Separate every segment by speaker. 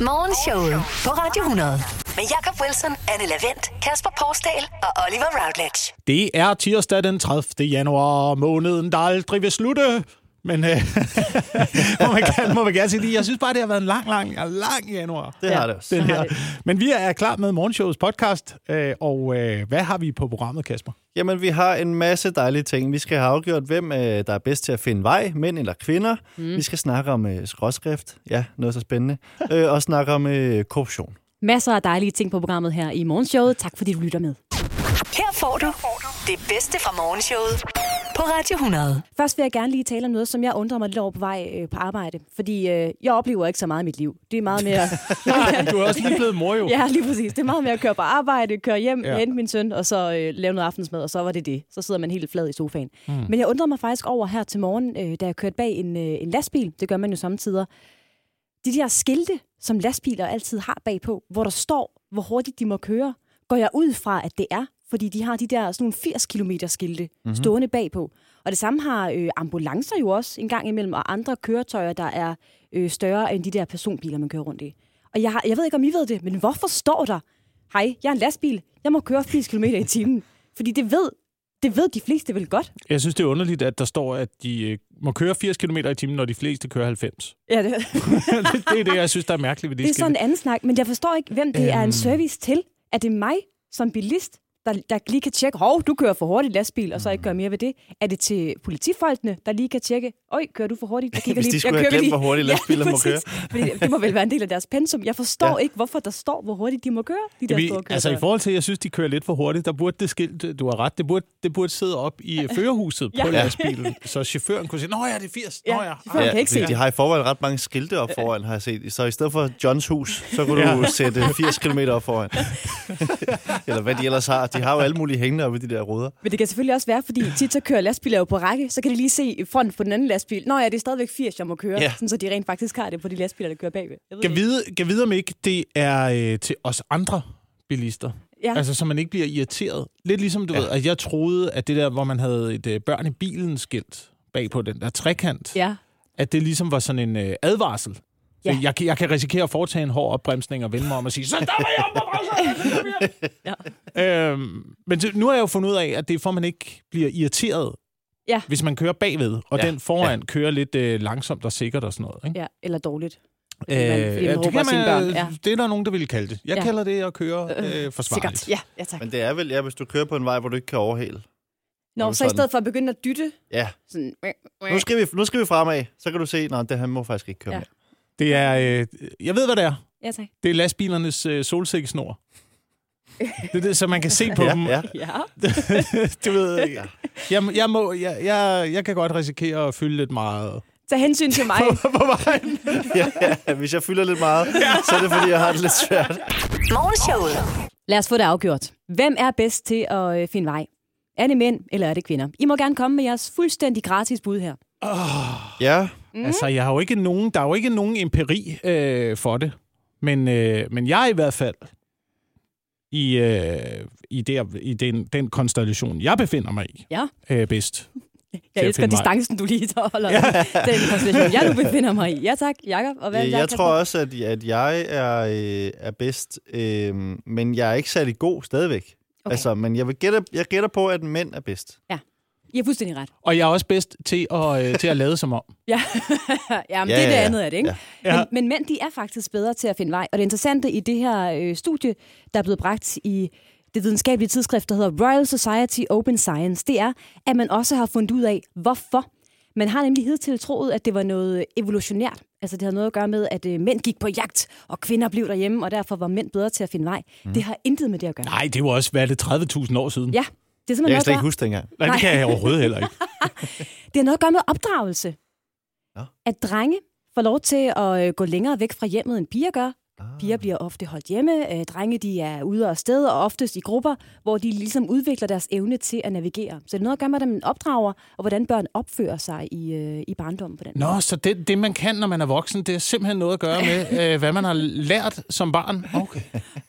Speaker 1: Morgenshowet på Radio 100. Med Jakob Wilson, Anne Lavendt, Kasper Porsdal og Oliver Routledge.
Speaker 2: Det er tirsdag den 30. januar, måneden, der aldrig vil slutte. Men øh, må, man gerne, må man gerne sige det. Jeg synes bare, det har været en lang, lang, lang januar.
Speaker 3: Det
Speaker 4: Ja.
Speaker 3: har det.
Speaker 2: Den
Speaker 4: har
Speaker 2: her.
Speaker 4: det.
Speaker 2: Men vi er klar med morgenshowets podcast, øh, og øh, hvad har vi på programmet, Kasper?
Speaker 3: Jamen, vi har en masse dejlige ting. Vi skal have afgjort, hvem øh, der er bedst til at finde vej, mænd eller kvinder. Mm. Vi skal snakke om øh, skråskrift. Ja, noget så spændende. øh, og snakke om øh, korruption.
Speaker 4: Masser af dejlige ting på programmet her i morgenshowet. Tak fordi du lytter med.
Speaker 1: Her får du det bedste fra morgenshowet på Radio 100.
Speaker 4: Først vil jeg gerne lige tale om noget, som jeg undrer mig lidt over på vej øh, på arbejde. Fordi øh, jeg oplever ikke så meget i mit liv. Det er meget mere...
Speaker 2: Du er også lige blevet mor, jo.
Speaker 4: ja, lige præcis. Det er meget mere at køre på arbejde, køre hjem,
Speaker 2: Ja.
Speaker 4: ja. hente min søn, og så øh, lave noget aftensmad, og så var det det. Så sidder man helt flad i sofaen. Mm. Men jeg undrede mig faktisk over her til morgen, øh, da jeg kørte bag en, øh, en lastbil. Det gør man jo samtidig. De der skilte, som lastbiler altid har bagpå, hvor der står, hvor hurtigt de må køre, går jeg ud fra, at det er, fordi de har de der sådan nogle 80 km skilte mm-hmm. stående bagpå. Og det samme har øh, ambulancer jo også en gang imellem, og andre køretøjer, der er øh, større end de der personbiler, man kører rundt i. Og jeg, har, jeg ved ikke, om I ved det, men hvorfor står der, hej, jeg er en lastbil, jeg må køre 80 km i timen? Fordi det ved, det ved de fleste vel godt.
Speaker 2: Jeg synes, det er underligt, at der står, at de øh, må køre 80 km i timen, når de fleste kører 90.
Speaker 4: Ja, det,
Speaker 2: det, det er det, jeg synes, der er mærkeligt ved de
Speaker 4: det er
Speaker 2: skilte.
Speaker 4: sådan en anden snak, men jeg forstår ikke, hvem det øhm. er
Speaker 2: Øhm.
Speaker 4: en service til. Er det mig som bilist, der, der lige kan tjekke, hov, du kører for hurtigt lastbil, og så ikke gør mere ved det? Er det til politifolkene, der lige kan tjekke, øj, kører du for hurtigt? Jeg kigger
Speaker 3: Hvis de
Speaker 4: lige.
Speaker 3: skulle
Speaker 4: jeg
Speaker 3: have
Speaker 4: kører
Speaker 3: glemt,
Speaker 4: lige.
Speaker 3: hvor hurtigt lastbiler
Speaker 4: ja,
Speaker 3: må
Speaker 4: præcis. Fordi det må vel være en del af deres pensum. Jeg forstår ja. ikke, hvorfor der står, hvor hurtigt de må køre, de der
Speaker 2: Jamen,
Speaker 4: store køretøjer.
Speaker 2: altså i forhold til, at jeg synes, de kører lidt for hurtigt, der burde det skilt, du har ret, det burde, det burde sidde op i øh, førerhuset på
Speaker 4: Ja.
Speaker 2: lastbilen, så chaufføren kunne sige, nå ja, det er 80, nå
Speaker 4: Ja,
Speaker 2: ja.
Speaker 4: chaufføren kan ikke se
Speaker 3: fordi de
Speaker 4: det.
Speaker 3: har i forvejen ret mange skilte op foran, har jeg set. Så i stedet for Johns hus, så kunne du
Speaker 2: Ja.
Speaker 3: sætte 80 km op foran. Eller hvad de ellers har. De har jo alle mulige hængende oppe i de der ruder.
Speaker 4: Men det kan selvfølgelig også være, fordi tit så kører lastbiler jo på række, så kan de lige se front på den anden lastbil. Nå ja, det er stadigvæk 80, jeg må køre,
Speaker 3: Ja.
Speaker 4: ja. sådan, så de rent faktisk har det på de lastbiler, der kører bagved. Jeg ved
Speaker 2: Kan
Speaker 4: ikke.
Speaker 2: vide, kan vide, om ikke det er øh, til os andre bilister.
Speaker 4: Ja.
Speaker 2: Altså, så man ikke bliver irriteret. Lidt ligesom, du ja. ved, at jeg troede, at det der, hvor man havde et øh, børn i bilen skilt bag på den der trekant,
Speaker 4: Ja.
Speaker 2: at det ligesom var sådan en øh, advarsel. Ja.
Speaker 4: Ja.
Speaker 2: Jeg, kan- jeg kan risikere at foretage en hård opbremsning og vende mig om og sige, så stopper jeg op og
Speaker 4: Ja.
Speaker 2: bremser! øhm, men det, nu har jeg jo fundet ud af, at det er for, at man ikke bliver irriteret,
Speaker 4: Ja.
Speaker 2: hvis man kører bagved, og
Speaker 3: Ja.
Speaker 2: den foran ja. kører lidt øh, langsomt og sikkert og sådan noget. Ikke?
Speaker 4: ja, eller dårligt.
Speaker 2: Øh,
Speaker 4: man- fordi man
Speaker 2: ja,
Speaker 4: råber
Speaker 2: det, kan
Speaker 4: sine børn,
Speaker 2: man,
Speaker 4: ja.
Speaker 2: det er der nogen, der vil kalde det. Jeg ja.
Speaker 4: Ja.
Speaker 2: kalder det at køre øh, forsvarligt.
Speaker 4: Sikkert. Ja, ja tak.
Speaker 3: Men det er vel, ja, hvis du kører på en vej, hvor du ikke kan overhale.
Speaker 4: Nå,
Speaker 3: men
Speaker 4: så i
Speaker 3: sådan.
Speaker 4: stedet for at begynde at dytte,
Speaker 3: Ja,
Speaker 4: sådan,
Speaker 3: nu skal vi, nu skal vi fremad. Så kan du se, nej, det han må faktisk ikke køre ja.
Speaker 4: Ja.
Speaker 3: med.
Speaker 2: Det er, øh, jeg ved, hvad det er.
Speaker 4: ja tak.
Speaker 2: Det er lastbilernes øh, solsikkesnor. Det er det, så man kan se på
Speaker 3: Ja,
Speaker 2: dem.
Speaker 3: ja.
Speaker 4: Ja.
Speaker 2: du ved, jeg, jeg, jeg, må, jeg, jeg, jeg kan godt risikere at fylde lidt meget.
Speaker 4: Tag hensyn til mig.
Speaker 2: På vejen.
Speaker 3: ja, ja. Hvis jeg fylder lidt meget, så er det, fordi jeg har det lidt svært.
Speaker 1: Morgenshowet.
Speaker 4: Lad os få det afgjort. Hvem er bedst til at øh, finde vej? Er det mænd, eller er det kvinder? I må gerne komme med jeres fuldstændig gratis bud her.
Speaker 3: Ja,
Speaker 2: Mm. Altså, jeg har jo ikke nogen, der er jo ikke nogen empiri øh, for det. Men, øh, men jeg er i hvert fald i, øh, i, der, i den, den konstellation, jeg befinder mig i,
Speaker 4: Ja,
Speaker 2: øh, bedst.
Speaker 4: jeg
Speaker 2: at
Speaker 4: elsker
Speaker 2: finde vej.
Speaker 4: distancen, du lige holder. Ja. Den konstellation, jeg nu befinder mig i. Ja tak, Jakob. Og hvad er
Speaker 3: øh,
Speaker 4: det,
Speaker 3: jeg
Speaker 4: Jakob?
Speaker 3: tror også, at, at jeg er, øh, er bedst, øh, men jeg er ikke særlig god stadigvæk. Okay.
Speaker 4: Okay.
Speaker 3: Altså, men jeg, vil gætte, jeg gætter på, at mænd er bedst.
Speaker 4: I har fuldstændig ret.
Speaker 2: Og jeg er også bedst til at, øh, til at lade som om.
Speaker 4: Ja, Jamen,
Speaker 3: Ja,
Speaker 4: ja det er det
Speaker 3: ja, ja.
Speaker 4: andet af det, ikke?
Speaker 3: Ja.
Speaker 4: Ja.
Speaker 2: Ja.
Speaker 4: Men, men mænd, de er faktisk bedre til at finde vej. Og det interessante i det her øh, studie, der er blevet bragt i det videnskabelige tidsskrift, der hedder Royal Society Open Science, det er, at man også har fundet ud af, hvorfor. Man har nemlig hidtil troet, at det var noget evolutionært. Altså det havde noget at gøre med, at øh, mænd gik på jagt, og kvinder blev derhjemme, og derfor var mænd bedre til at finde vej. Mm. Det har intet med det at gøre.
Speaker 2: Nej, det var også, hvad er det, 30.000 år siden?
Speaker 4: Ja, det
Speaker 3: Jeg
Speaker 4: er simpelthen
Speaker 3: kan
Speaker 4: noget
Speaker 3: slet
Speaker 4: at
Speaker 3: ikke
Speaker 4: gøre.
Speaker 3: huske dengang.
Speaker 2: Nej, det
Speaker 4: Nej.
Speaker 2: kan jeg overhovedet heller ikke.
Speaker 4: Det har noget at gøre med opdragelse.
Speaker 3: Nå.
Speaker 4: At drenge får lov til at øh, gå længere væk fra hjemmet, end piger gør.
Speaker 3: Ah.
Speaker 4: Piger bliver ofte holdt hjemme. Øh, Drenge de er ude og sted, og oftest i grupper, hvor de ligesom udvikler deres evne til at navigere. Så det er noget at gøre med, hvordan man opdrager, og hvordan børn opfører sig i, øh, i barndommen på den måde.
Speaker 2: Nå, så det, det, man kan, når man er voksen, det er simpelthen noget at gøre med, øh, hvad man har lært som barn. Okay.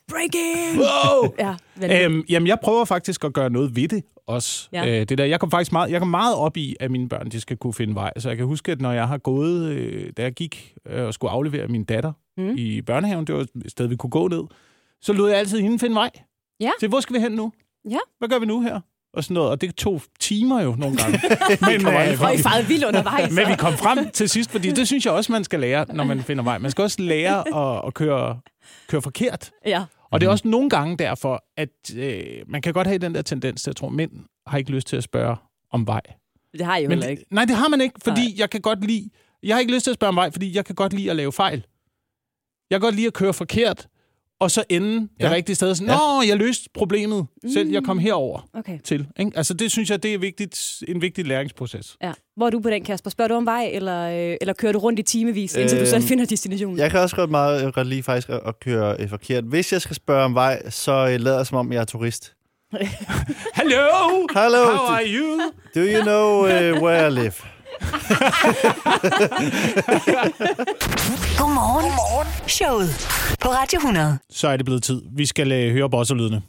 Speaker 4: Breaking!
Speaker 2: Wow!
Speaker 4: Ja, vanvittigt.
Speaker 2: Øhm, jamen, jeg prøver faktisk at gøre noget ved det også.
Speaker 4: Ja.
Speaker 2: Ja. Øh, det der. Jeg kom faktisk meget, jeg kom meget op i, at mine børn de skal kunne finde vej. Så jeg kan huske, at når jeg har gået, øh, da jeg gik øh, og skulle aflevere min datter
Speaker 4: Mm.
Speaker 2: mm. i børnehaven, det var et sted, vi kunne gå ned, så lod jeg altid hende finde vej.
Speaker 4: Ja.
Speaker 2: Så hvor skal vi hen nu?
Speaker 4: Ja.
Speaker 2: Hvad gør vi nu her? Og sådan noget. Og det tog timer jo nogle gange. men, øh,
Speaker 4: Og I farede vildt undervejs.
Speaker 2: men vi kom frem til sidst, fordi det synes jeg også, man skal lære, når man finder vej. Man skal også lære at, at køre, køre forkert.
Speaker 4: Ja.
Speaker 2: Og det er også nogle gange derfor, at øh, man kan godt have den der tendens til at tro, at mænd har ikke lyst til at spørge om vej.
Speaker 4: Det har I jo
Speaker 2: Men,
Speaker 4: heller ikke.
Speaker 2: nej, det har man ikke, fordi nej. jeg kan godt lide... Jeg har ikke lyst til at spørge om vej, fordi jeg kan godt lide at lave fejl. Jeg kan godt lide at køre forkert, og så ende ja. det
Speaker 3: Ja.
Speaker 2: rigtige sted. Sådan, Nå, jeg løste problemet, selv jeg kom herover
Speaker 4: Okay.
Speaker 2: til. Ikke? Altså, det synes jeg, det er vigtigt, en vigtig læringsproces.
Speaker 4: Ja. Hvor er du på den, Kasper? Spørger du om vej, eller, øh, eller kører du rundt i timevis, indtil du
Speaker 3: Øhm,
Speaker 4: selv finder destinationen?
Speaker 3: Jeg kan også godt meget øh, godt lide faktisk at, at køre øh, forkert. Hvis jeg skal spørge om vej, så øh, lader jeg som om, jeg er turist.
Speaker 2: Hello!
Speaker 3: Hello.
Speaker 2: How are you?
Speaker 3: Do you know uh, where I live?
Speaker 1: Godmorgen. Godmorgen. Showet på Radio 100.
Speaker 2: Så er det blevet tid. Vi skal øh, høre bosserlydene.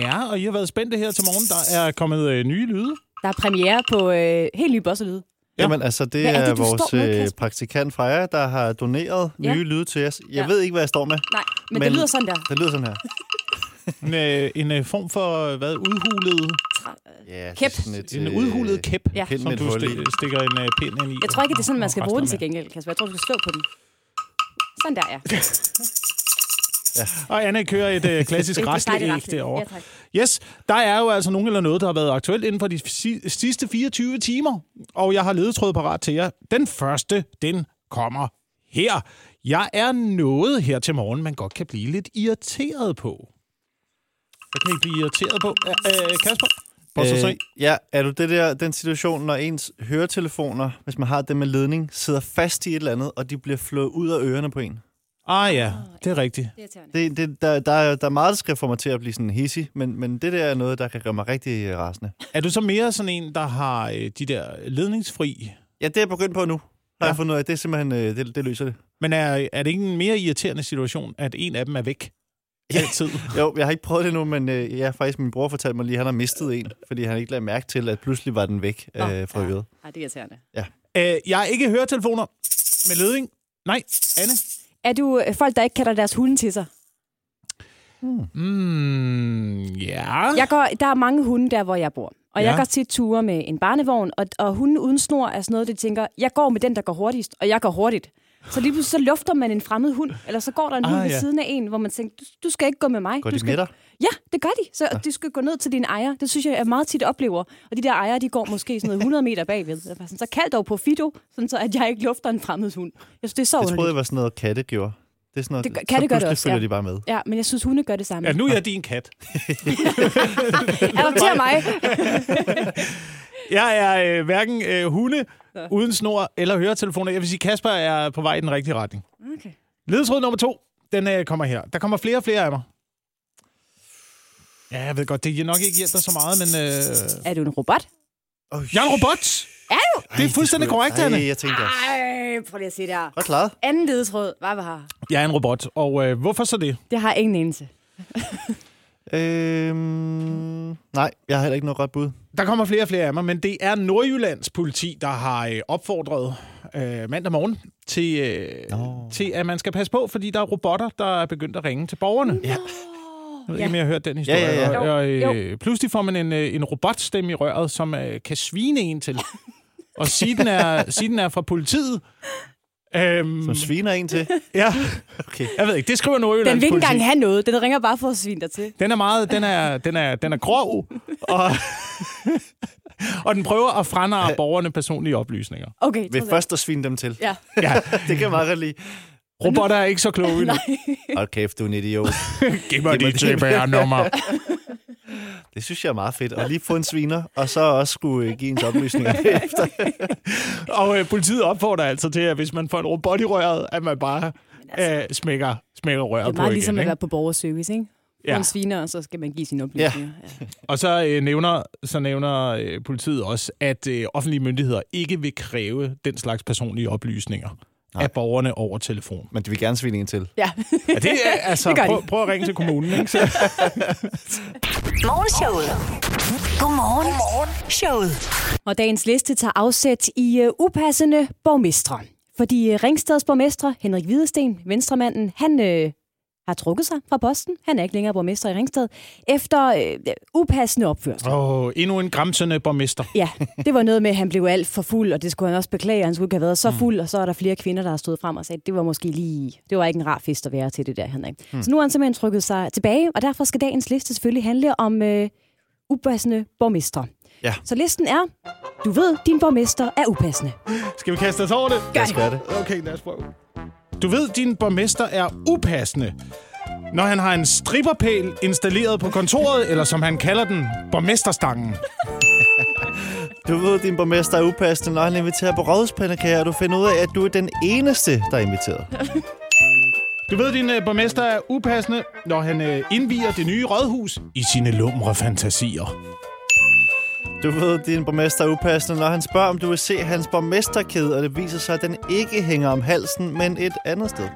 Speaker 2: Ja, og I har været spændte her til morgen. Der er kommet øh, nye lyde.
Speaker 4: Der er premiere på øh, helt ny bosselyd.
Speaker 2: Ja.
Speaker 3: Jamen altså, det
Speaker 4: Hvad er
Speaker 3: er,
Speaker 4: det, du
Speaker 3: vores
Speaker 4: står med,
Speaker 3: øh,
Speaker 4: Kasper?
Speaker 3: praktikant Freja, der har doneret
Speaker 4: Ja.
Speaker 3: ja. nye lyde til os. Jeg
Speaker 4: Ja.
Speaker 3: ja. ved ikke, hvad jeg står med.
Speaker 4: Nej, men, men det
Speaker 3: Men-
Speaker 4: lyder sådan der.
Speaker 3: Det lyder sådan her.
Speaker 2: En, øh, en øh, form for, hvad, udhulet...
Speaker 3: Ja, det
Speaker 4: Kæp.
Speaker 3: er sådan et,
Speaker 2: En
Speaker 3: øh,
Speaker 2: udhulet kæp,
Speaker 4: Ja.
Speaker 2: ja.
Speaker 3: pind
Speaker 2: som
Speaker 3: med et
Speaker 2: du
Speaker 3: hul i.
Speaker 2: sti- stikker en øh, pind ind i.
Speaker 4: Jeg tror ikke, det er sådan, man skal
Speaker 2: og
Speaker 4: bruge den
Speaker 2: rester
Speaker 4: til gengæld, Kasper. Jeg tror, du skal slå på den. Sådan der, ja. Det
Speaker 2: med. Og Anna kører et øh, klassisk
Speaker 4: er dejligt
Speaker 2: rastleæg
Speaker 4: raslet. Ja,
Speaker 2: derovre.
Speaker 4: tak.
Speaker 2: Yes, der er jo altså nogen eller noget, der har været aktuelt inden for de si- sidste 24 timer. Og jeg har ledetråd parat til jer. Den første, den kommer her. Jeg er noget her til morgen, man godt kan blive lidt irriteret på. Hvad kan I blive irriteret på? Æ, øh, Kasper? Øh,
Speaker 3: Øh, ja, er du det der, den situation, når ens høretelefoner, hvis man har det med ledning, sidder fast i et eller andet, og de bliver flået ud af ørerne på en?
Speaker 2: ah ja, det er rigtigt.
Speaker 4: Det er irriterende.
Speaker 3: Det, det, der, der, er- der er meget, der skal få mig til at blive sådan hissig, men, men det der er noget, der kan gøre mig rigtig øh, rasende.
Speaker 2: Er du så mere sådan en, der har øh, de der ledningsfri
Speaker 3: Ja, det er jeg begyndt på nu, har ja.
Speaker 2: Ja.
Speaker 3: jeg fundet ud af. Det er simpelthen, øh, det, det løser det.
Speaker 2: Men er, er det ikke en mere irriterende situation, at en af dem er væk altid?
Speaker 3: Jo, jeg har ikke prøvet det nu, men øh, ja, faktisk min bror fortalte mig lige, at han har mistet en, fordi han ikke lagde mærke til, at pludselig var den væk øh,
Speaker 4: Nå,
Speaker 3: fra
Speaker 4: ja.
Speaker 3: øret.
Speaker 4: Ej, det er irriterende.
Speaker 2: øh, jeg har ikke høretelefoner med ledning. Nej, Anne?
Speaker 4: Er du øh, folk, der ikke kalder deres hunde til sig?
Speaker 2: Mm, ja.
Speaker 4: Jeg går, der er mange hunde der, hvor jeg bor. Og ja. jeg
Speaker 2: Ja.
Speaker 4: går tit ture med en barnevogn, og, og hunden uden snor er sådan noget, det tænker, jeg går med den, der går hurtigst, og jeg går hurtigt. Så lige pludselig så lufter man en fremmed hund, eller så går der en ah, hund
Speaker 2: Ah,
Speaker 4: ved
Speaker 2: ja.
Speaker 4: siden af en, hvor man tænker, du, du skal ikke gå med mig.
Speaker 3: Går
Speaker 4: du
Speaker 3: de
Speaker 4: skal...
Speaker 3: med dig?
Speaker 4: Ja, det gør de. Så de skal gå ned til din ejer. Det synes jeg, jeg meget tit oplever. Og de der ejere, de går måske sådan noget 100 meter bagved. Jeg er bare Sådan, så kald dog på Fido, sådan så at jeg ikke lufter en fremmed hund. Jeg synes, det er så
Speaker 3: Jeg troede,
Speaker 4: underligt.
Speaker 3: det var sådan noget, katte gjorde. Det er sådan noget,
Speaker 4: Det gør-
Speaker 3: så
Speaker 4: katte gør det
Speaker 3: pludselig
Speaker 4: også,
Speaker 3: følger
Speaker 4: ja.
Speaker 3: de bare med.
Speaker 4: Ja, men jeg synes, hunde gør det samme.
Speaker 2: Ja, nu er jeg din kat.
Speaker 4: Adopter mig.
Speaker 2: Jeg er øh, hverken øh, hunde uden snor eller høretelefoner. Jeg vil sige, Kasper er på vej i den rigtige retning.
Speaker 4: Okay.
Speaker 2: Ledetråd nummer to, den øh, kommer her. Der kommer flere og flere af mig. Ja, jeg ved godt, det er nok ikke hjælper så meget, men... Øh...
Speaker 4: Er du en robot?
Speaker 3: Oh,
Speaker 2: Jeg er en robot!
Speaker 4: Er du?
Speaker 2: Det er fuldstændig korrekt, Anne.
Speaker 3: Nej, jeg tænkte også.
Speaker 4: Ej, prøv lige at se der.
Speaker 3: Godt klaret.
Speaker 4: Anden ledetråd. Hvad var her?
Speaker 2: Jeg er en robot, og øh, hvorfor så det?
Speaker 4: Det har jeg ingen anelse.
Speaker 3: Øhm, nej, jeg har heller ikke noget godt bud.
Speaker 2: Der kommer flere og flere af mig, men det er Nordjyllands politi, der har øh, opfordret øh, mandag morgen til, øh,
Speaker 3: Nå.
Speaker 2: til, at man skal passe på, fordi der er robotter, der er begyndt at ringe til borgerne. Ja. Jeg ved ikke, om I har hørt den historie.
Speaker 3: Ja, ja, ja.
Speaker 2: Og, og,
Speaker 4: Jo,
Speaker 2: øh, pludselig får man en, øh, en robotstemme i røret, som øh, kan svine en til. og sige, den er, sige, den er fra politiet. Øhm,
Speaker 3: Som sviner en til.
Speaker 2: ja,
Speaker 3: Okay.
Speaker 2: jeg ved ikke, det skriver Nordjyllands
Speaker 4: Den vil ikke
Speaker 2: politi.
Speaker 4: engang have noget. Den ringer bare for at svine dig til.
Speaker 2: Den er meget, den er, den er, den er grov, og, og den prøver at franarre borgerne personlige oplysninger.
Speaker 4: Okay,
Speaker 3: Ved
Speaker 4: trods alt.
Speaker 3: først at svine dem til.
Speaker 4: Ja.
Speaker 2: Ja,
Speaker 3: Det kan jeg meget godt lide.
Speaker 2: robotter er ikke så kloge endnu.
Speaker 4: Nej.
Speaker 3: Hold kæft, du er en idiot.
Speaker 2: Giv mig dit
Speaker 3: Giv mig dit.
Speaker 2: CPR-nummer.
Speaker 3: Det synes jeg er meget fedt. Og lige få en sviner, og så også skulle øh, give ens oplysninger efter.
Speaker 2: Og øh, politiet opfordrer altså til, at hvis man får en robot i røret, at man bare øh, smækker, smækker røret på
Speaker 4: altså- Det er
Speaker 2: igen.
Speaker 4: meget ligesom at
Speaker 2: ikke?
Speaker 4: være på borgerservice, ikke? Ja.
Speaker 2: Ja.
Speaker 4: Man sviner, og så skal man give sine oplysninger. Ja. Ja.
Speaker 2: Og så øh, nævner, så nævner øh, politiet også, at øh, offentlige myndigheder ikke vil kræve den slags personlige oplysninger Nej. af borgerne over telefon.
Speaker 3: Men de vil gerne svine en til.
Speaker 4: Ja.
Speaker 2: Ja, det er, altså,
Speaker 4: Det gør de.
Speaker 2: prøv, prøv at ringe til kommunen. Ikke? Så,
Speaker 1: Morgenshowet. Godmorgen. Godmorgen. Showet.
Speaker 4: Og dagens liste tager afsæt i uh, upassende borgmestre. Fordi uh, Ringsteds borgmester, Henrik Hvidesten, venstremanden, han øh, har trukket sig fra posten. Han er ikke længere borgmester i Ringsted. Efter øh, upassende opførsel.
Speaker 2: og endnu en græmsende borgmester.
Speaker 4: Ja, det var noget med, at han blev alt for fuld, og det skulle han også beklage, han skulle ikke have været så fuld, og så er der flere kvinder, der har stået frem og sagt, det var måske lige, det var ikke en rar fest at være til det der, Henrik. Mm. Så nu har han simpelthen trykket sig tilbage, og derfor skal dagens liste selvfølgelig handle om øh, upassende borgmestre.
Speaker 3: Ja.
Speaker 4: Så listen er, du ved, din borgmester er upassende.
Speaker 2: Skal vi kaste os over det?
Speaker 4: Gør
Speaker 3: Skal jeg det?
Speaker 2: Okay, lad os prøve. Du ved, din borgmester er upassende, når han har en stripperpæl installeret på kontoret, eller som han kalder den, borgmesterstangen.
Speaker 3: Du ved, din borgmester er upassende, når han inviterer på rådhuspandekager, og du finder ud af, at du er den eneste, der er inviteret.
Speaker 2: Du ved, din øh, borgmester er upassende, når han øh, indviger det nye rådhus i sine lumre fantasier.
Speaker 3: Du ved, din borgmester er upassende, når han spørger, om du vil se hans borgmesterkæde, og det viser sig, at den ikke hænger om halsen, men et andet sted.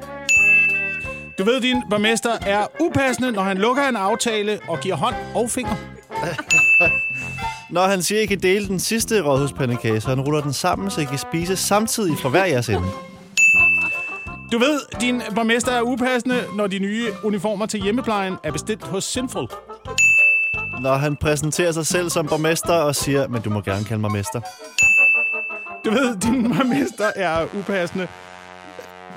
Speaker 2: Du ved, din borgmester er upassende, når han lukker en aftale og giver hånd og finger.
Speaker 3: Når han siger, at I kan dele den sidste rådhuspandekage, så han ruller den sammen, så I kan spise samtidig fra hver jeres ende.
Speaker 2: Du ved, din borgmester er upassende, når de nye uniformer til hjemmeplejen er bestilt hos Sinful.
Speaker 3: Når han præsenterer sig selv som borgmester og siger, men du må gerne kalde mig mester.
Speaker 2: Du ved, din borgmester er upassende.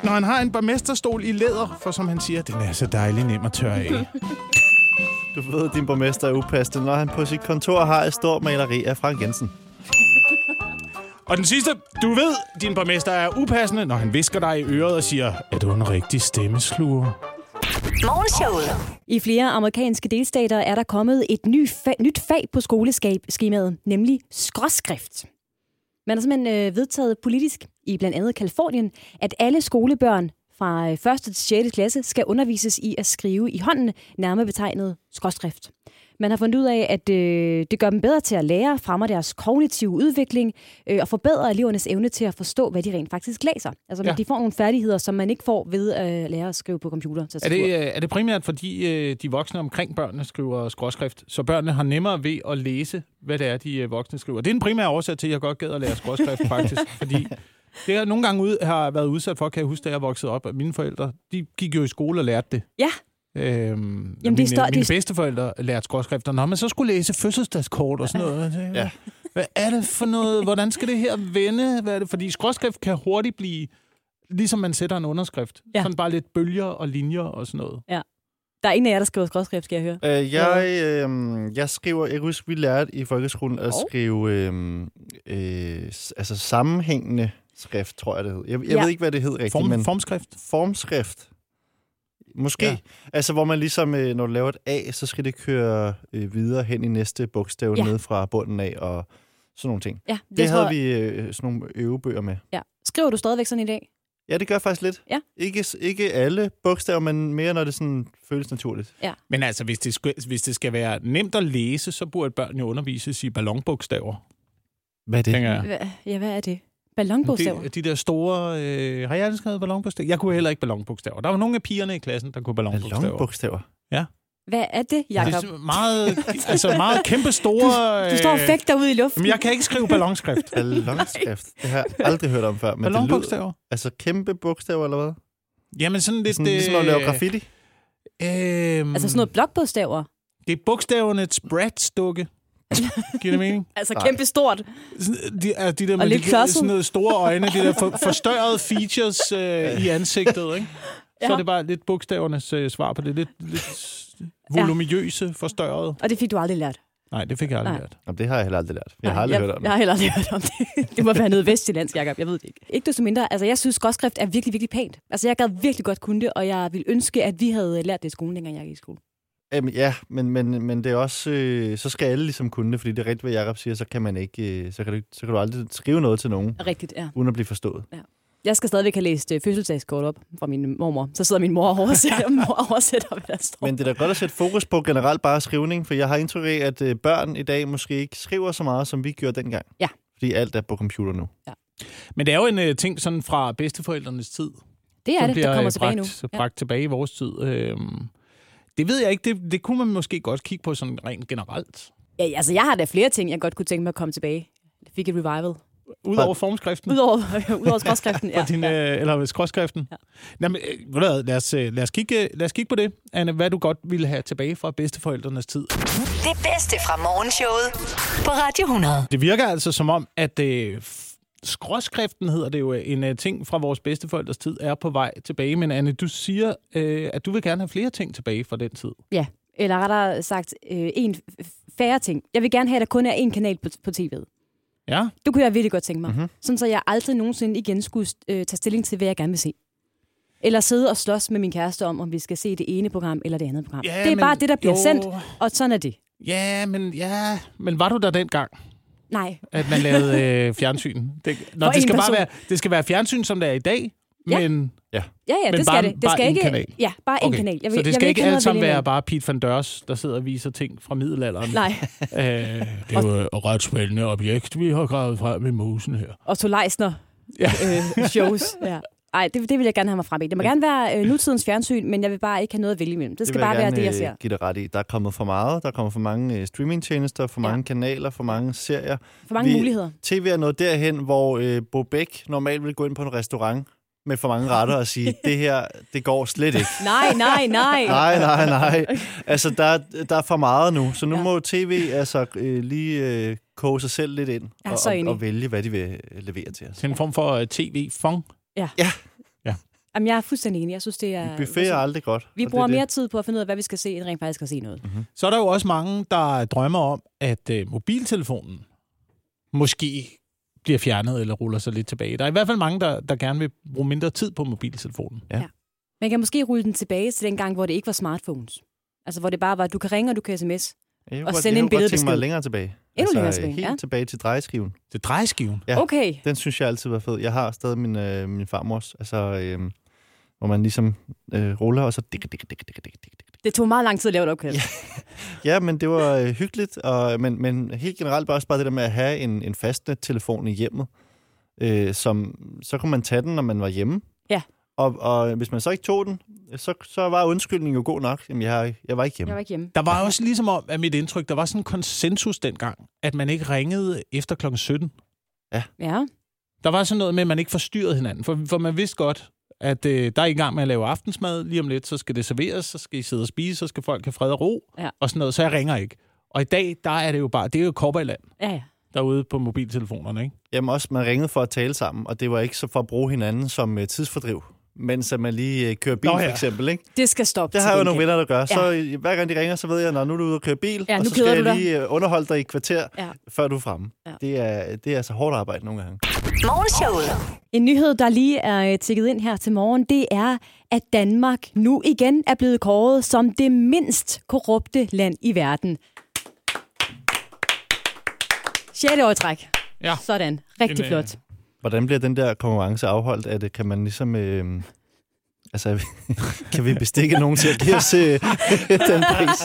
Speaker 2: Når han har en borgmesterstol i læder, for som han siger, den er så dejlig nem at tørre af.
Speaker 3: Du ved, din borgmester er upassende, når han på sit kontor har et stort maleri af Frank Jensen.
Speaker 2: Og den sidste, du ved, din borgmester er upassende, når han visker dig i øret og siger, er du en rigtig stemmesluger?
Speaker 1: Morgenshowet.
Speaker 4: I flere amerikanske delstater er der kommet et ny fa- nyt fag på skoleskemaet, nemlig skråskrift. Man har simpelthen øh, vedtaget politisk i blandt andet Kalifornien, at alle skolebørn fra 1. til 6. klasse skal undervises i at skrive i hånden, nærmere betegnet skråskrift. Man har fundet ud af, at øh, det gør dem bedre til at lære, fremmer deres kognitive udvikling øh, og forbedrer elevernes evne til at forstå, hvad de rent faktisk læser. Altså,
Speaker 2: Ja.
Speaker 4: ja. de får nogle færdigheder, som man ikke får ved øh, at lære at skrive på computer.
Speaker 2: Er det, øh, er det primært, fordi øh, de voksne omkring børnene skriver skråskrift, så børnene har nemmere ved at læse, hvad det er, de øh, voksne skriver? Det er en primær årsag til, at jeg godt gad at lære skråskrift, faktisk. Fordi det, jeg nogle gange ud, har været udsat for, kan jeg huske, da jeg voksede op, at mine forældre, de gik jo i skole og lærte det.
Speaker 4: Ja,
Speaker 2: Øhm, Jamen,
Speaker 4: det er
Speaker 2: mine, det
Speaker 4: stort-
Speaker 2: mine
Speaker 4: det er-
Speaker 2: bedsteforældre lærte skråskrifter. Nå, men så skulle læse fødselsdagskort og sådan noget. Ja.
Speaker 3: Ja.
Speaker 2: Hvad er det for noget? Hvordan skal det her vende? Hvad er det? Fordi skråskrift kan hurtigt blive, ligesom man sætter en underskrift. Ja.
Speaker 4: Ja.
Speaker 2: Sådan bare lidt bølger og linjer og sådan noget.
Speaker 4: Der er ingen af jer, der skriver skrådskrift, skal jeg høre.
Speaker 3: Øh, jeg, øh, jeg skriver, jeg kan huske, vi lærte i folkeskolen at
Speaker 4: Hov.
Speaker 3: skrive øh, øh, s- altså sammenhængende skrift, tror jeg det hed. Jeg, jeg
Speaker 4: Ja.
Speaker 3: ja. ved ikke, hvad det hed rigtigt,
Speaker 2: Form,
Speaker 3: men
Speaker 2: formskrift.
Speaker 3: formskrift. Måske.
Speaker 2: Ja.
Speaker 3: Ja. Altså, hvor man ligesom, øh, når du laver et A, så skal det køre øh, videre hen i næste bogstav
Speaker 4: Ja.
Speaker 3: ja. ned fra bunden af, og sådan nogle ting.
Speaker 4: Ja,
Speaker 3: Det havde vi øh, sådan nogle øvebøger med.
Speaker 4: Ja. Skriver du stadigvæk sådan i dag?
Speaker 3: Ja, det gør jeg faktisk lidt.
Speaker 4: Ja.
Speaker 3: Ikke, s- ikke alle bogstaver, men mere, når det sådan føles naturligt.
Speaker 2: Men altså, hvis det, skal, hvis det skal være nemt at læse, så burde børn jo undervises i ballonbogstaver,
Speaker 3: Hvad er det?
Speaker 2: tænker jeg.
Speaker 4: Hva, ja, hvad er det? Ballonbogstaver?
Speaker 2: De, de der store... Øh, har jeg aldrig skrevet ballonbogstaver? Jeg kunne heller ikke ballonbogstaver. Der var nogle af pigerne i klassen, der kunne ballonbogstaver.
Speaker 3: Ballonbogstaver.
Speaker 4: Hvad er det, Jacob?
Speaker 2: Det er meget, altså meget kæmpe store...
Speaker 4: Du står og
Speaker 2: øh,
Speaker 4: fægter ud i luften.
Speaker 2: Jamen, jeg kan ikke skrive ballonskrift.
Speaker 3: Ballonskrift. det har jeg aldrig hørt om før. Men det lyder,
Speaker 2: Ballonbogstaver.
Speaker 3: altså kæmpe bogstaver, eller hvad? Det
Speaker 2: Jamen, sådan
Speaker 3: er
Speaker 2: lidt...
Speaker 3: sådan, ligesom når du laver graffiti.
Speaker 2: Øh,
Speaker 4: Altså sådan noget blokbogstaver.
Speaker 2: Det er bogstavernes bratstukke. Giver det mening?
Speaker 4: Altså
Speaker 3: Nej.
Speaker 4: kæmpe stort.
Speaker 2: Sådan, øh, De, er de der, med
Speaker 4: lidt
Speaker 2: de,
Speaker 4: klodset.
Speaker 2: sådan noget store øjne, de der for, forstørrede features øh, i ansigtet, ikke? Så
Speaker 4: Ja.
Speaker 2: er det bare lidt bogstavernes øh, svar på det. Lidt, lidt voluminøse, forstørrede.
Speaker 4: Og det fik du aldrig lært.
Speaker 2: Nej, det fik jeg aldrig
Speaker 4: Nej.
Speaker 2: lært.
Speaker 3: Jamen, det har jeg heller aldrig lært. Jeg har
Speaker 4: Nej,
Speaker 3: aldrig
Speaker 4: jeg,
Speaker 3: hørt om
Speaker 4: Jeg
Speaker 3: det.
Speaker 4: har heller aldrig hørt om det. Det må være noget vestjyllandsk, Jacob. Jeg ved det ikke. Ikke desto mindre. Altså, jeg synes, skråskrift er virkelig, virkelig pænt. Altså, jeg gad virkelig godt kunne det, og jeg ville ønske, at vi havde lært det i skolen, dengang jeg gik i skole.
Speaker 3: Jamen, ja, men, men, men det er også... Øh, så skal alle ligesom kunne det, fordi det er rigtigt, hvad Jacob siger, så kan man ikke... Øh, så, kan du, ikke- så kan du aldrig skrive noget til nogen,
Speaker 4: Rigtigt, ja.
Speaker 3: uden at blive forstået.
Speaker 4: Jeg skal stadigvæk have læst øh, fødselsdagskort op fra min mormor. Så sidder min mor og oversætter, mor oversætter hvad der står.
Speaker 3: Men det er da godt at sætte fokus på generelt bare skrivning, for jeg har indtryk af, at øh, børn i dag måske ikke skriver så meget, som vi gjorde dengang.
Speaker 4: Ja.
Speaker 3: Fordi alt er på computer nu.
Speaker 2: Men det er jo en øh, ting sådan fra bedsteforældrenes tid.
Speaker 4: Det er
Speaker 2: som
Speaker 4: det,
Speaker 2: bliver,
Speaker 4: der kommer
Speaker 2: øh,
Speaker 4: tilbage nu.
Speaker 2: bragt, bragt tilbage i vores tid. Øhm, det ved jeg ikke. Det, det kunne man måske godt kigge på sådan rent generelt.
Speaker 4: Ja, altså, jeg har da flere ting, jeg godt kunne tænke mig at komme tilbage. Jeg fik et revival.
Speaker 2: Udover formskriften.
Speaker 4: Udover, udover skråskriften, ja.
Speaker 2: og din, øh, eller skråskriften. Ja. Jamen, øh, ved du hvad, lad, os, øh, lad, os kigge, øh, lad os kigge på det, Anne, hvad du godt ville have tilbage fra bedsteforældrenes tid.
Speaker 1: Det bedste fra morgenshowet på Radio 100.
Speaker 2: Det virker altså som om, at øh, f- skråskriften hedder det jo, øh, en øh, ting fra vores bedsteforældres tid, er på vej tilbage. Men Anne, du siger, øh, at du vil gerne have flere ting tilbage fra den tid.
Speaker 4: Ja, eller rettere sagt, øh, en f- færre ting. Jeg vil gerne have, at der kun er én kanal på, på tv'et.
Speaker 2: Ja,
Speaker 4: Det kunne jeg virkelig godt tænke mig.
Speaker 2: Mhm.
Speaker 4: Mm-hmm. Sådan så jeg aldrig nogensinde igen skulle øh, tage stilling til, hvad jeg gerne vil se. Eller sidde og slås med min kæreste om, om vi skal se det ene program eller det andet program.
Speaker 2: Ja,
Speaker 4: det er
Speaker 2: men-
Speaker 4: bare det, der bliver
Speaker 2: jo.
Speaker 4: sendt, og sådan er det.
Speaker 2: ja, men, ja. men var du der dengang?
Speaker 4: Nej,
Speaker 2: at man lavede øh, fjernsyn. Det, nå,
Speaker 4: For
Speaker 2: det
Speaker 4: en
Speaker 2: skal, bare
Speaker 4: person.
Speaker 2: være, det skal være fjernsyn, som det er i dag,
Speaker 4: Ja.
Speaker 2: men
Speaker 4: ja, ja,
Speaker 2: Men
Speaker 4: det
Speaker 2: bare-
Speaker 4: skal det. Det
Speaker 2: bare
Speaker 4: skal
Speaker 2: én
Speaker 4: ikke,
Speaker 2: kanal.
Speaker 4: Ja, bare én kanal.
Speaker 2: så det skal
Speaker 4: vil
Speaker 2: ikke
Speaker 4: have
Speaker 2: alt
Speaker 4: noget
Speaker 2: sammen
Speaker 4: at vælge
Speaker 2: være bare Pete van Dørs, der sidder og viser ting fra middelalderen.
Speaker 4: imellem. Nej,
Speaker 2: Øh, det er jo et ret spændende objekt, vi har gravet frem i mosen her.
Speaker 4: og to Leisner
Speaker 2: Ja.
Speaker 4: øh, shows. Ja. Ej, det, det vil jeg gerne have mig frem i. Det må gerne være øh, nutidens fjernsyn, men jeg vil bare ikke have noget at vælge imellem. Det skal
Speaker 3: vil
Speaker 4: bare være
Speaker 3: gerne,
Speaker 4: det, jeg
Speaker 3: øh,
Speaker 4: ser.
Speaker 3: give dig ret i. Der er kommet for meget. Der er kommet for mange øh, streamingtjenester, for
Speaker 4: Ja.
Speaker 3: mange kanaler, for mange serier.
Speaker 4: For mange
Speaker 3: vi-
Speaker 4: muligheder.
Speaker 3: TV er nået derhen, hvor øh, Bo Bæk normalt ville gå ind på en restaurant med for mange retter og sige, det her, det går slet ikke.
Speaker 4: Nej, nej, nej.
Speaker 3: Nej, nej, nej. Altså, der, der er for meget nu, så nu
Speaker 4: Ja.
Speaker 3: ja. må tv altså øh, lige øh, koge sig selv lidt ind
Speaker 4: Jeg er
Speaker 3: og,
Speaker 4: så
Speaker 3: og,
Speaker 4: enig.
Speaker 3: og vælge, hvad de vil øh, levere til os.
Speaker 2: Det er en form for øh, tv-fong.
Speaker 4: Jamen, jeg er fuldstændig enig. Jeg synes, det er...
Speaker 3: Buffet er aldrig godt.
Speaker 4: altså, Vi
Speaker 3: og
Speaker 4: bruger
Speaker 3: det, Mhm. er
Speaker 4: mere tid på at finde ud af, hvad vi skal se, end rent faktisk at se noget.
Speaker 2: Så er der jo også mange, der drømmer om, at øh, mobiltelefonen måske bliver fjernet eller ruller sig lidt tilbage. Der er i hvert fald mange, der, der gerne vil bruge mindre tid på mobiltelefonen.
Speaker 4: Man kan måske rulle den tilbage til den gang, hvor det ikke var smartphones. Altså, hvor det bare var, at du kan ringe, og du kan sms.
Speaker 3: Jeg kunne
Speaker 4: Og
Speaker 3: godt-
Speaker 4: sende
Speaker 3: jeg kunne
Speaker 4: en
Speaker 3: godt tænke
Speaker 4: billedbesked.
Speaker 3: mig længere tilbage.
Speaker 4: Endnu længere
Speaker 3: øh,
Speaker 4: tilbage,
Speaker 3: Helt
Speaker 4: ja.
Speaker 3: tilbage til drejeskiven.
Speaker 2: Det er drejeskiven.
Speaker 3: Ja.
Speaker 4: Okay.
Speaker 3: Den synes jeg altid var fed. Jeg har stadig min, øh, min farmors, altså, øh, hvor man ligesom øh, ruller, og så... dik, dik, dik, dik, dik, dik, dik.
Speaker 4: Det tog meget lang tid at lave et opkald. Ja.
Speaker 3: Ja, men det var øh, hyggeligt, og, men, men helt generelt bare også bare det der med at have en, en fastnettelefon i hjemmet, øh, som så kunne man tage den, når man var hjemme.
Speaker 4: Ja.
Speaker 3: Og, og hvis man så ikke tog den, så, så var undskyldningen jo god nok. Jamen, jeg, har- jeg var ikke hjemme.
Speaker 4: Jeg var ikke hjemme.
Speaker 2: Der var også ligesom om, at mit indtryk, der var sådan en konsensus dengang, at man ikke ringede efter klokken 17.
Speaker 4: Ja.
Speaker 2: Der var sådan noget med, at man ikke forstyrrede hinanden, for, for man vidste godt, at øh, der er i gang med at lave aftensmad. Lige om lidt, så skal det serveres, så skal I sidde og spise, så skal folk have fred og ro
Speaker 4: Ja.
Speaker 2: og sådan noget, så jeg ringer ikke. Og i dag, der er det jo bare, det er jo korberland
Speaker 4: Ja, ja.
Speaker 2: derude på mobiltelefonerne, ikke?
Speaker 3: Jamen også, man ringede for at tale sammen, og det var ikke så for at bruge hinanden som øh, tidsfordriv, mens at man lige øh, kører bil,
Speaker 2: Nå
Speaker 3: Nå,
Speaker 2: ja.
Speaker 3: ja. for eksempel. Ikke?
Speaker 4: Det skal stoppe.
Speaker 3: Det
Speaker 4: til
Speaker 3: har jeg jo nogle
Speaker 4: gengæld.
Speaker 3: venner, der gør. Så øh, hver gang de ringer, så ved jeg, at nu er du ude og køre bil,
Speaker 4: Ja, nu
Speaker 3: og så
Speaker 4: keder
Speaker 3: skal
Speaker 4: du
Speaker 3: jeg
Speaker 4: dig.
Speaker 3: lige øh, underholde dig i et kvarter,
Speaker 4: Ja.
Speaker 3: ja. før du er fremme.
Speaker 4: Ja.
Speaker 3: Ja. Det, er, det er altså hårdt arbejde nogle gange.
Speaker 1: Morgenshowet.
Speaker 4: En nyhed, der lige er øh, tikket ind her til morgen, det er, at Danmark nu igen er blevet kåret som det mindst korrupte land i verden. 6. år i træk.
Speaker 2: Ja.
Speaker 4: Sådan.
Speaker 2: En,
Speaker 4: Rigtig
Speaker 2: øh,
Speaker 4: flot.
Speaker 3: Hvordan bliver den der konkurrence afholdt? Er det, kan man ligesom... Øh, altså, kan vi bestikke nogen til at give os øh, den pris?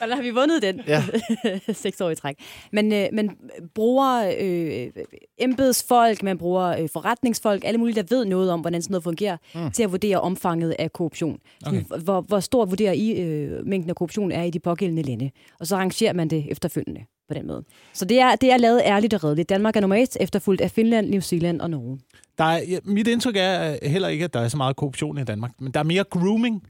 Speaker 4: Og der har vi vundet den.
Speaker 3: Ja.
Speaker 4: Seks år i træk. Man, øh, man bruger øh, embedsfolk, man bruger øh, forretningsfolk, alle mulige, der ved noget om, hvordan sådan noget fungerer, mm. til at vurdere omfanget af korruption. Okay. Hvor, hvor stor vurderer I øh, mængden af korruption er i de pågældende lande? Og så rangerer man det efterfølgende på den måde. Så det er, det er lavet ærligt og redeligt. Danmark er nummer et, efterfulgt af Finland, New Zealand og Norge.
Speaker 2: Der er, ja, mit indtryk er øh, heller ikke, at der er så meget korruption i Danmark, men der er mere grooming.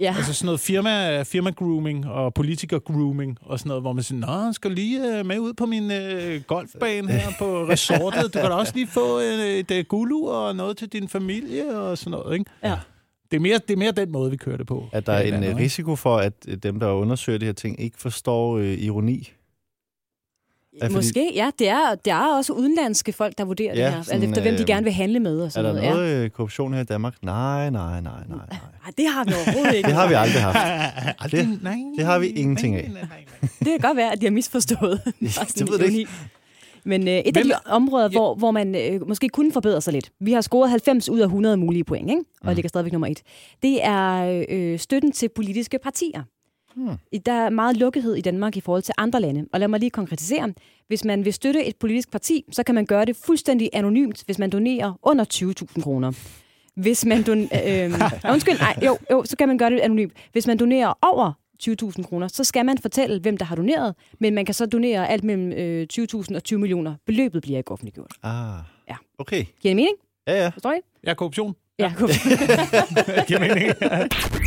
Speaker 4: Ja.
Speaker 2: Altså sådan noget firma, firma grooming og politiker grooming og sådan noget, hvor man siger, Nå, skal du lige øh, med ud på min øh, golfbane her på resortet? Du kan da også lige få øh, et øh, gulu og noget til din familie og sådan noget, ikke?
Speaker 4: Ja.
Speaker 2: Det er mere, det er mere den måde, vi kører det på.
Speaker 3: At der er
Speaker 2: her i
Speaker 3: en
Speaker 2: landet,
Speaker 3: øh,
Speaker 2: ikke?
Speaker 3: risiko for, at øh, dem, der undersøger de her ting, ikke forstår øh, ironi. Ja, fordi-
Speaker 4: Måske, ja. Det er, det er også udenlandske folk, der vurderer
Speaker 3: Ja,
Speaker 4: det her. Sådan,
Speaker 3: sådan,
Speaker 4: alt efter hvem de
Speaker 3: øh,
Speaker 4: gerne vil handle med og
Speaker 3: Er
Speaker 4: sådan
Speaker 3: der
Speaker 4: noget. ja.
Speaker 3: noget øh, korruption her i Danmark? Nej, nej, nej, nej, nej.
Speaker 4: Ej, det har vi overhovedet ikke.
Speaker 3: Det har vi aldrig haft.
Speaker 2: Aldrig-
Speaker 3: det-
Speaker 2: nej,
Speaker 3: det har vi ingenting af.
Speaker 2: nej, nej, nej.
Speaker 4: Det kan godt være, at de har misforstået. Bare sådan
Speaker 3: Det ved jeg
Speaker 4: ironi. Men øh, et af
Speaker 2: Hvem
Speaker 4: de områder,
Speaker 2: Ja.
Speaker 4: hvor, hvor man øh, måske kunne forbedre sig lidt. Vi har scoret 90 ud af 100 mulige point, ikke? og ligger stadigvæk nummer et. Det er øh, støtten til politiske partier. Hmm. Der er meget lukkethed i Danmark i forhold til andre lande. Og lad mig lige konkretisere. Hvis man vil støtte et politisk parti, så kan man gøre det fuldstændig anonymt, hvis man donerer under 20.000 kroner. Hvis man donerer... Øh, nej, undskyld, nej, jo, jo, så kan man gøre det anonymt. Hvis man donerer over 20.000 kroner, så skal man fortælle, hvem der har doneret, men man kan så donere alt mellem øh, 20.000 og 20 millioner. Beløbet bliver ikke offentliggjort.
Speaker 3: Ah.
Speaker 4: Ja.
Speaker 3: Okay.
Speaker 4: Giver det mening?
Speaker 3: Ja, ja.
Speaker 4: Forstår I?
Speaker 2: Ja, korruption.
Speaker 4: Ja, kom.
Speaker 2: Giver mening.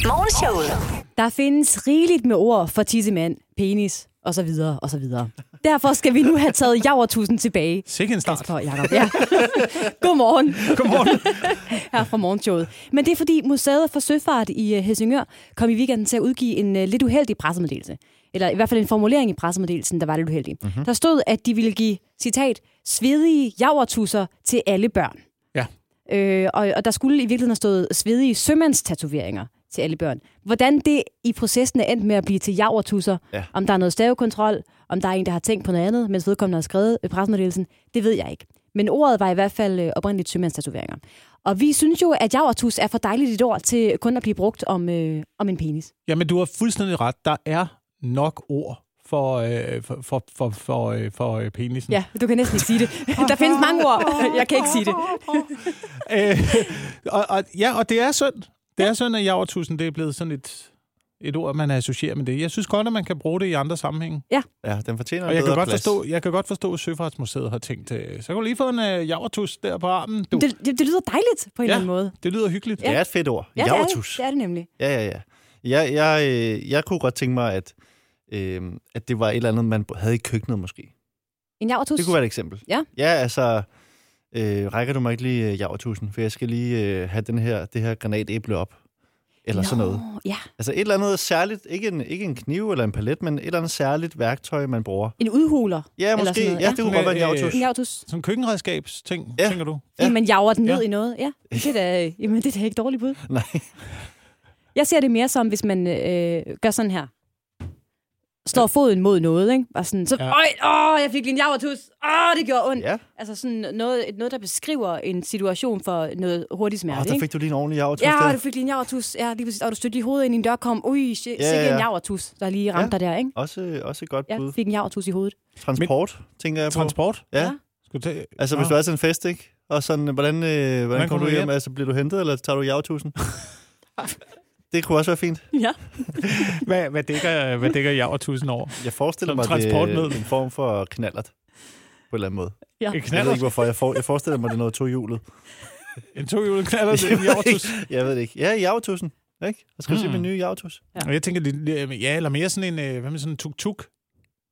Speaker 1: Morgenshowet.
Speaker 4: Der findes rigeligt med ord for tissemand, penis og så videre og så videre. Derfor skal vi nu have taget javertusen tilbage.
Speaker 2: Sikke en start.
Speaker 4: For Jacob. Ja. Godmorgen
Speaker 2: Godmorgen.
Speaker 4: her fra morgenshowet. Men det er fordi Museet for Søfart i øh, Helsingør kom i weekenden til at udgive en øh, lidt uheldig pressemeddelelse. Eller i hvert fald en formulering i pressemeddelelsen, der var lidt uheldig.
Speaker 2: Mhm.
Speaker 4: Mm-hmm. Der stod, at de ville give, citat, svedige javertusser til alle børn.
Speaker 2: Ja.
Speaker 4: Øh, og, og der skulle i virkeligheden have stået svedige sømandstatoveringer til alle børn. Hvordan det i processen er endt med at blive til javertusser,
Speaker 3: Ja.
Speaker 4: ja. om der er noget stavekontrol, om der er en, der har tænkt på noget andet, mens vedkommende har skrevet øh, pressemeddelelsen, det ved jeg ikke. Men ordet var i hvert fald øh, oprindeligt sømandstatoveringer. Og vi synes jo, at javertus er for dejligt et ord til kun at blive brugt om, øh, om en penis.
Speaker 2: Jamen, du har fuldstændig ret. Der er nok ord for, øh, for, for, for, for, øh, for øh, penisen.
Speaker 4: Ja, du kan næsten ikke sige det. der findes mange ord. Jeg kan ikke sige det.
Speaker 2: Øh, og, og, ja, og det er synd. Det er synd, at javertusen det er blevet sådan et, et ord, man associerer med det. Jeg synes godt, at man kan bruge det i andre sammenhænge.
Speaker 3: Ja, den fortjener
Speaker 2: Og
Speaker 3: en
Speaker 2: jeg kan,
Speaker 3: bedre
Speaker 2: godt
Speaker 3: plads.
Speaker 2: forstå, jeg kan godt forstå, at Søfartsmuseet har tænkt, øh, så kan du lige få en øh, javertus der på armen. Du. Det,
Speaker 4: Det, det, det lyder dejligt på en
Speaker 2: Ja.
Speaker 4: eller anden måde.
Speaker 2: det lyder hyggeligt.
Speaker 3: Det er et fedt ord.
Speaker 4: Ja, det er det.
Speaker 3: Javertus.
Speaker 4: det er det nemlig.
Speaker 3: Ja, ja, ja. Jeg, jeg, øh, jeg kunne godt tænke mig, at, øh, at det var et eller andet, man havde i køkkenet måske.
Speaker 4: En javertus.
Speaker 3: Det kunne være et eksempel.
Speaker 4: Ja.
Speaker 3: Ja, altså, øh, rækker du mig ikke lige øh, javertusen, for jeg skal lige øh, have den her, det her granatæble op. Eller
Speaker 4: Nå,
Speaker 3: sådan noget.
Speaker 4: Ja,
Speaker 3: Altså et eller andet særligt, ikke en, ikke en kniv eller en palet, men et eller andet særligt værktøj, man bruger.
Speaker 4: en udhuler.
Speaker 3: Ja,
Speaker 4: Eller
Speaker 3: måske.
Speaker 4: sådan
Speaker 3: Ja,
Speaker 4: noget, ja.
Speaker 3: det kunne godt være
Speaker 2: Med,
Speaker 3: en
Speaker 2: øh,
Speaker 3: javertus.
Speaker 4: En javertus.
Speaker 2: Som køkkenredskabsting,
Speaker 3: Ja.
Speaker 2: ja. tænker du?
Speaker 3: Ja.
Speaker 4: Ja. man jager den ned
Speaker 2: Ja.
Speaker 4: i noget. Ja, det er da, øh, jamen, det er da ikke dårligt bud.
Speaker 3: Nej.
Speaker 4: Jeg ser det mere som, hvis man øh, gør sådan her. Står foden mod noget, ikke? Bare sådan, så,
Speaker 2: Ja.
Speaker 4: ja. øj, åh, jeg fik lige en javertus. Åh, det gjorde ondt. Ja.
Speaker 3: Ja.
Speaker 4: Altså sådan noget, noget, der beskriver en situation for noget hurtig smerte,
Speaker 3: Åh, der
Speaker 4: ikke?
Speaker 3: fik du lige en ordentlig javertus.
Speaker 4: Ja,
Speaker 3: der.
Speaker 4: og du fik lige en javertus. Ja, lige præcis. Og du stødte lige hovedet ind i en dørkom. Ui, shit,
Speaker 3: Ja,
Speaker 4: ja, ja.
Speaker 3: ja.
Speaker 4: en javertus, der lige ramte ja. dig der, ikke?
Speaker 3: Også, øh, også et godt
Speaker 4: Jeg
Speaker 3: bud.
Speaker 4: fik en javertus i hovedet.
Speaker 3: Transport, tænker jeg på.
Speaker 2: Transport?
Speaker 3: Ja.
Speaker 4: Ja.
Speaker 2: Skal du tage...
Speaker 3: Altså, hvis
Speaker 2: Nå.
Speaker 3: du er til en fest, ikke? Og sådan, øh, hvordan, øh, hvordan, hvordan kommer du hjem? Altså, bliver du hentet, eller tager du jagertusen? det kunne også være fint.
Speaker 4: Ja.
Speaker 2: Hvad, hvad dækker, hvad dækker javertusen over?
Speaker 3: Jeg forestiller
Speaker 2: Som
Speaker 3: mig, det
Speaker 2: transportmiddel.
Speaker 3: er en form for knallert. På en eller anden måde.
Speaker 4: ja.
Speaker 2: En
Speaker 3: Jeg ved
Speaker 2: knaller?
Speaker 3: ikke, hvorfor. Jeg, for, jeg forestiller mig, det er noget tohjulet.
Speaker 2: En tohjulet knaller?
Speaker 3: Jeg,
Speaker 2: En
Speaker 3: ved
Speaker 2: javertus?
Speaker 3: ikke. jeg ved det ikke. Ja, jagertusen. Ikke? Og skal du se
Speaker 2: Mm.
Speaker 3: min nye jagertus?
Speaker 4: Ja.
Speaker 2: Og Jeg tænker, det- det- ja, eller mere sådan en, øh, hvad med sådan en tuk-tuk?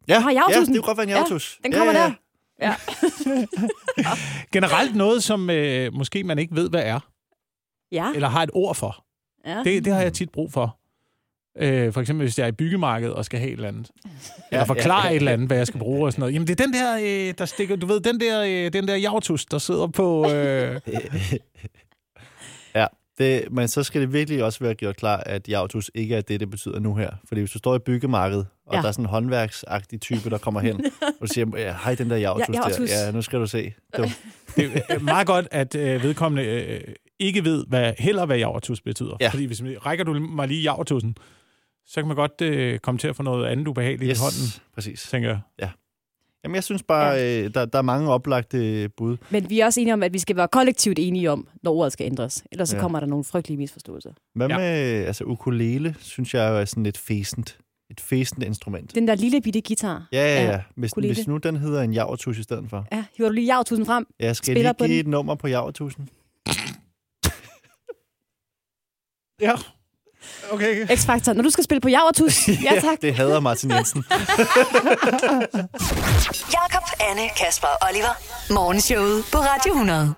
Speaker 3: Ja,
Speaker 4: Nå,
Speaker 3: ja, det
Speaker 4: jagertusen.
Speaker 3: kunne godt være en
Speaker 4: Ja,
Speaker 3: jagertus.
Speaker 4: Den kommer
Speaker 3: ja, ja.
Speaker 4: der. Ja.
Speaker 2: Generelt noget, som øh, måske man ikke ved, hvad er,
Speaker 4: Ja.
Speaker 2: eller har et ord for.
Speaker 4: ja.
Speaker 2: Det, det har jeg tit brug for. Øh, for eksempel, hvis jeg er i byggemarkedet og skal have et eller andet. Eller forklare
Speaker 3: ja,
Speaker 2: et
Speaker 3: ja.
Speaker 2: eller andet, hvad jeg skal bruge og sådan noget. Jamen, det er den der, øh, der stikker, du ved, den der, øh, den der javertus, der sidder på... Øh,
Speaker 3: ja, det, men så skal det virkelig også være gjort klar, at jautus ikke er det, det betyder nu her. Fordi hvis du står i byggemarkedet, og
Speaker 4: Ja.
Speaker 3: ja. der er sådan en håndværksagtig type, der kommer hen, og du siger, "Ja, hej den der jautus
Speaker 4: Ja,
Speaker 3: der.
Speaker 4: Jautus.
Speaker 3: Ja, nu skal du se. Du.
Speaker 2: det er meget godt, at øh, vedkommende øh, ikke ved, hvad, heller hvad javertus betyder.
Speaker 3: Ja.
Speaker 2: Ja. Fordi hvis man, rækker du mig lige javertusen, så kan man godt øh, komme til at få noget andet ubehageligt yes. i hånden,
Speaker 3: præcis.
Speaker 2: tænker jeg.
Speaker 3: Jamen, jeg synes bare, ja. øh, der, der er mange oplagte bud.
Speaker 4: Men vi er også enige om, at vi skal være kollektivt enige om, når ordet skal ændres. Ellers så
Speaker 3: Ja.
Speaker 4: kommer der nogle frygtelige misforståelser.
Speaker 3: Hvad
Speaker 2: Ja.
Speaker 3: ja. med altså, ukulele, synes jeg jo er sådan lidt fæsent. Et fæsent instrument.
Speaker 4: Den der lille bitte guitar.
Speaker 3: Ja, ja, ja. Hvis,
Speaker 4: ukulele.
Speaker 3: hvis nu den hedder en jautus i stedet for.
Speaker 4: Ja, hiver du lige javtusen frem?
Speaker 3: Jeg skal
Speaker 4: Spiller på
Speaker 3: lige give
Speaker 4: den.
Speaker 3: et nummer på jautusen.
Speaker 2: Ja. Okay.
Speaker 4: X-Factor, når du skal spille på javertus. Ja, tak.
Speaker 3: Det hader Martin Jensen.
Speaker 1: Jakob, Anne, Kasper og Oliver. Morgenshowet på Radio 100.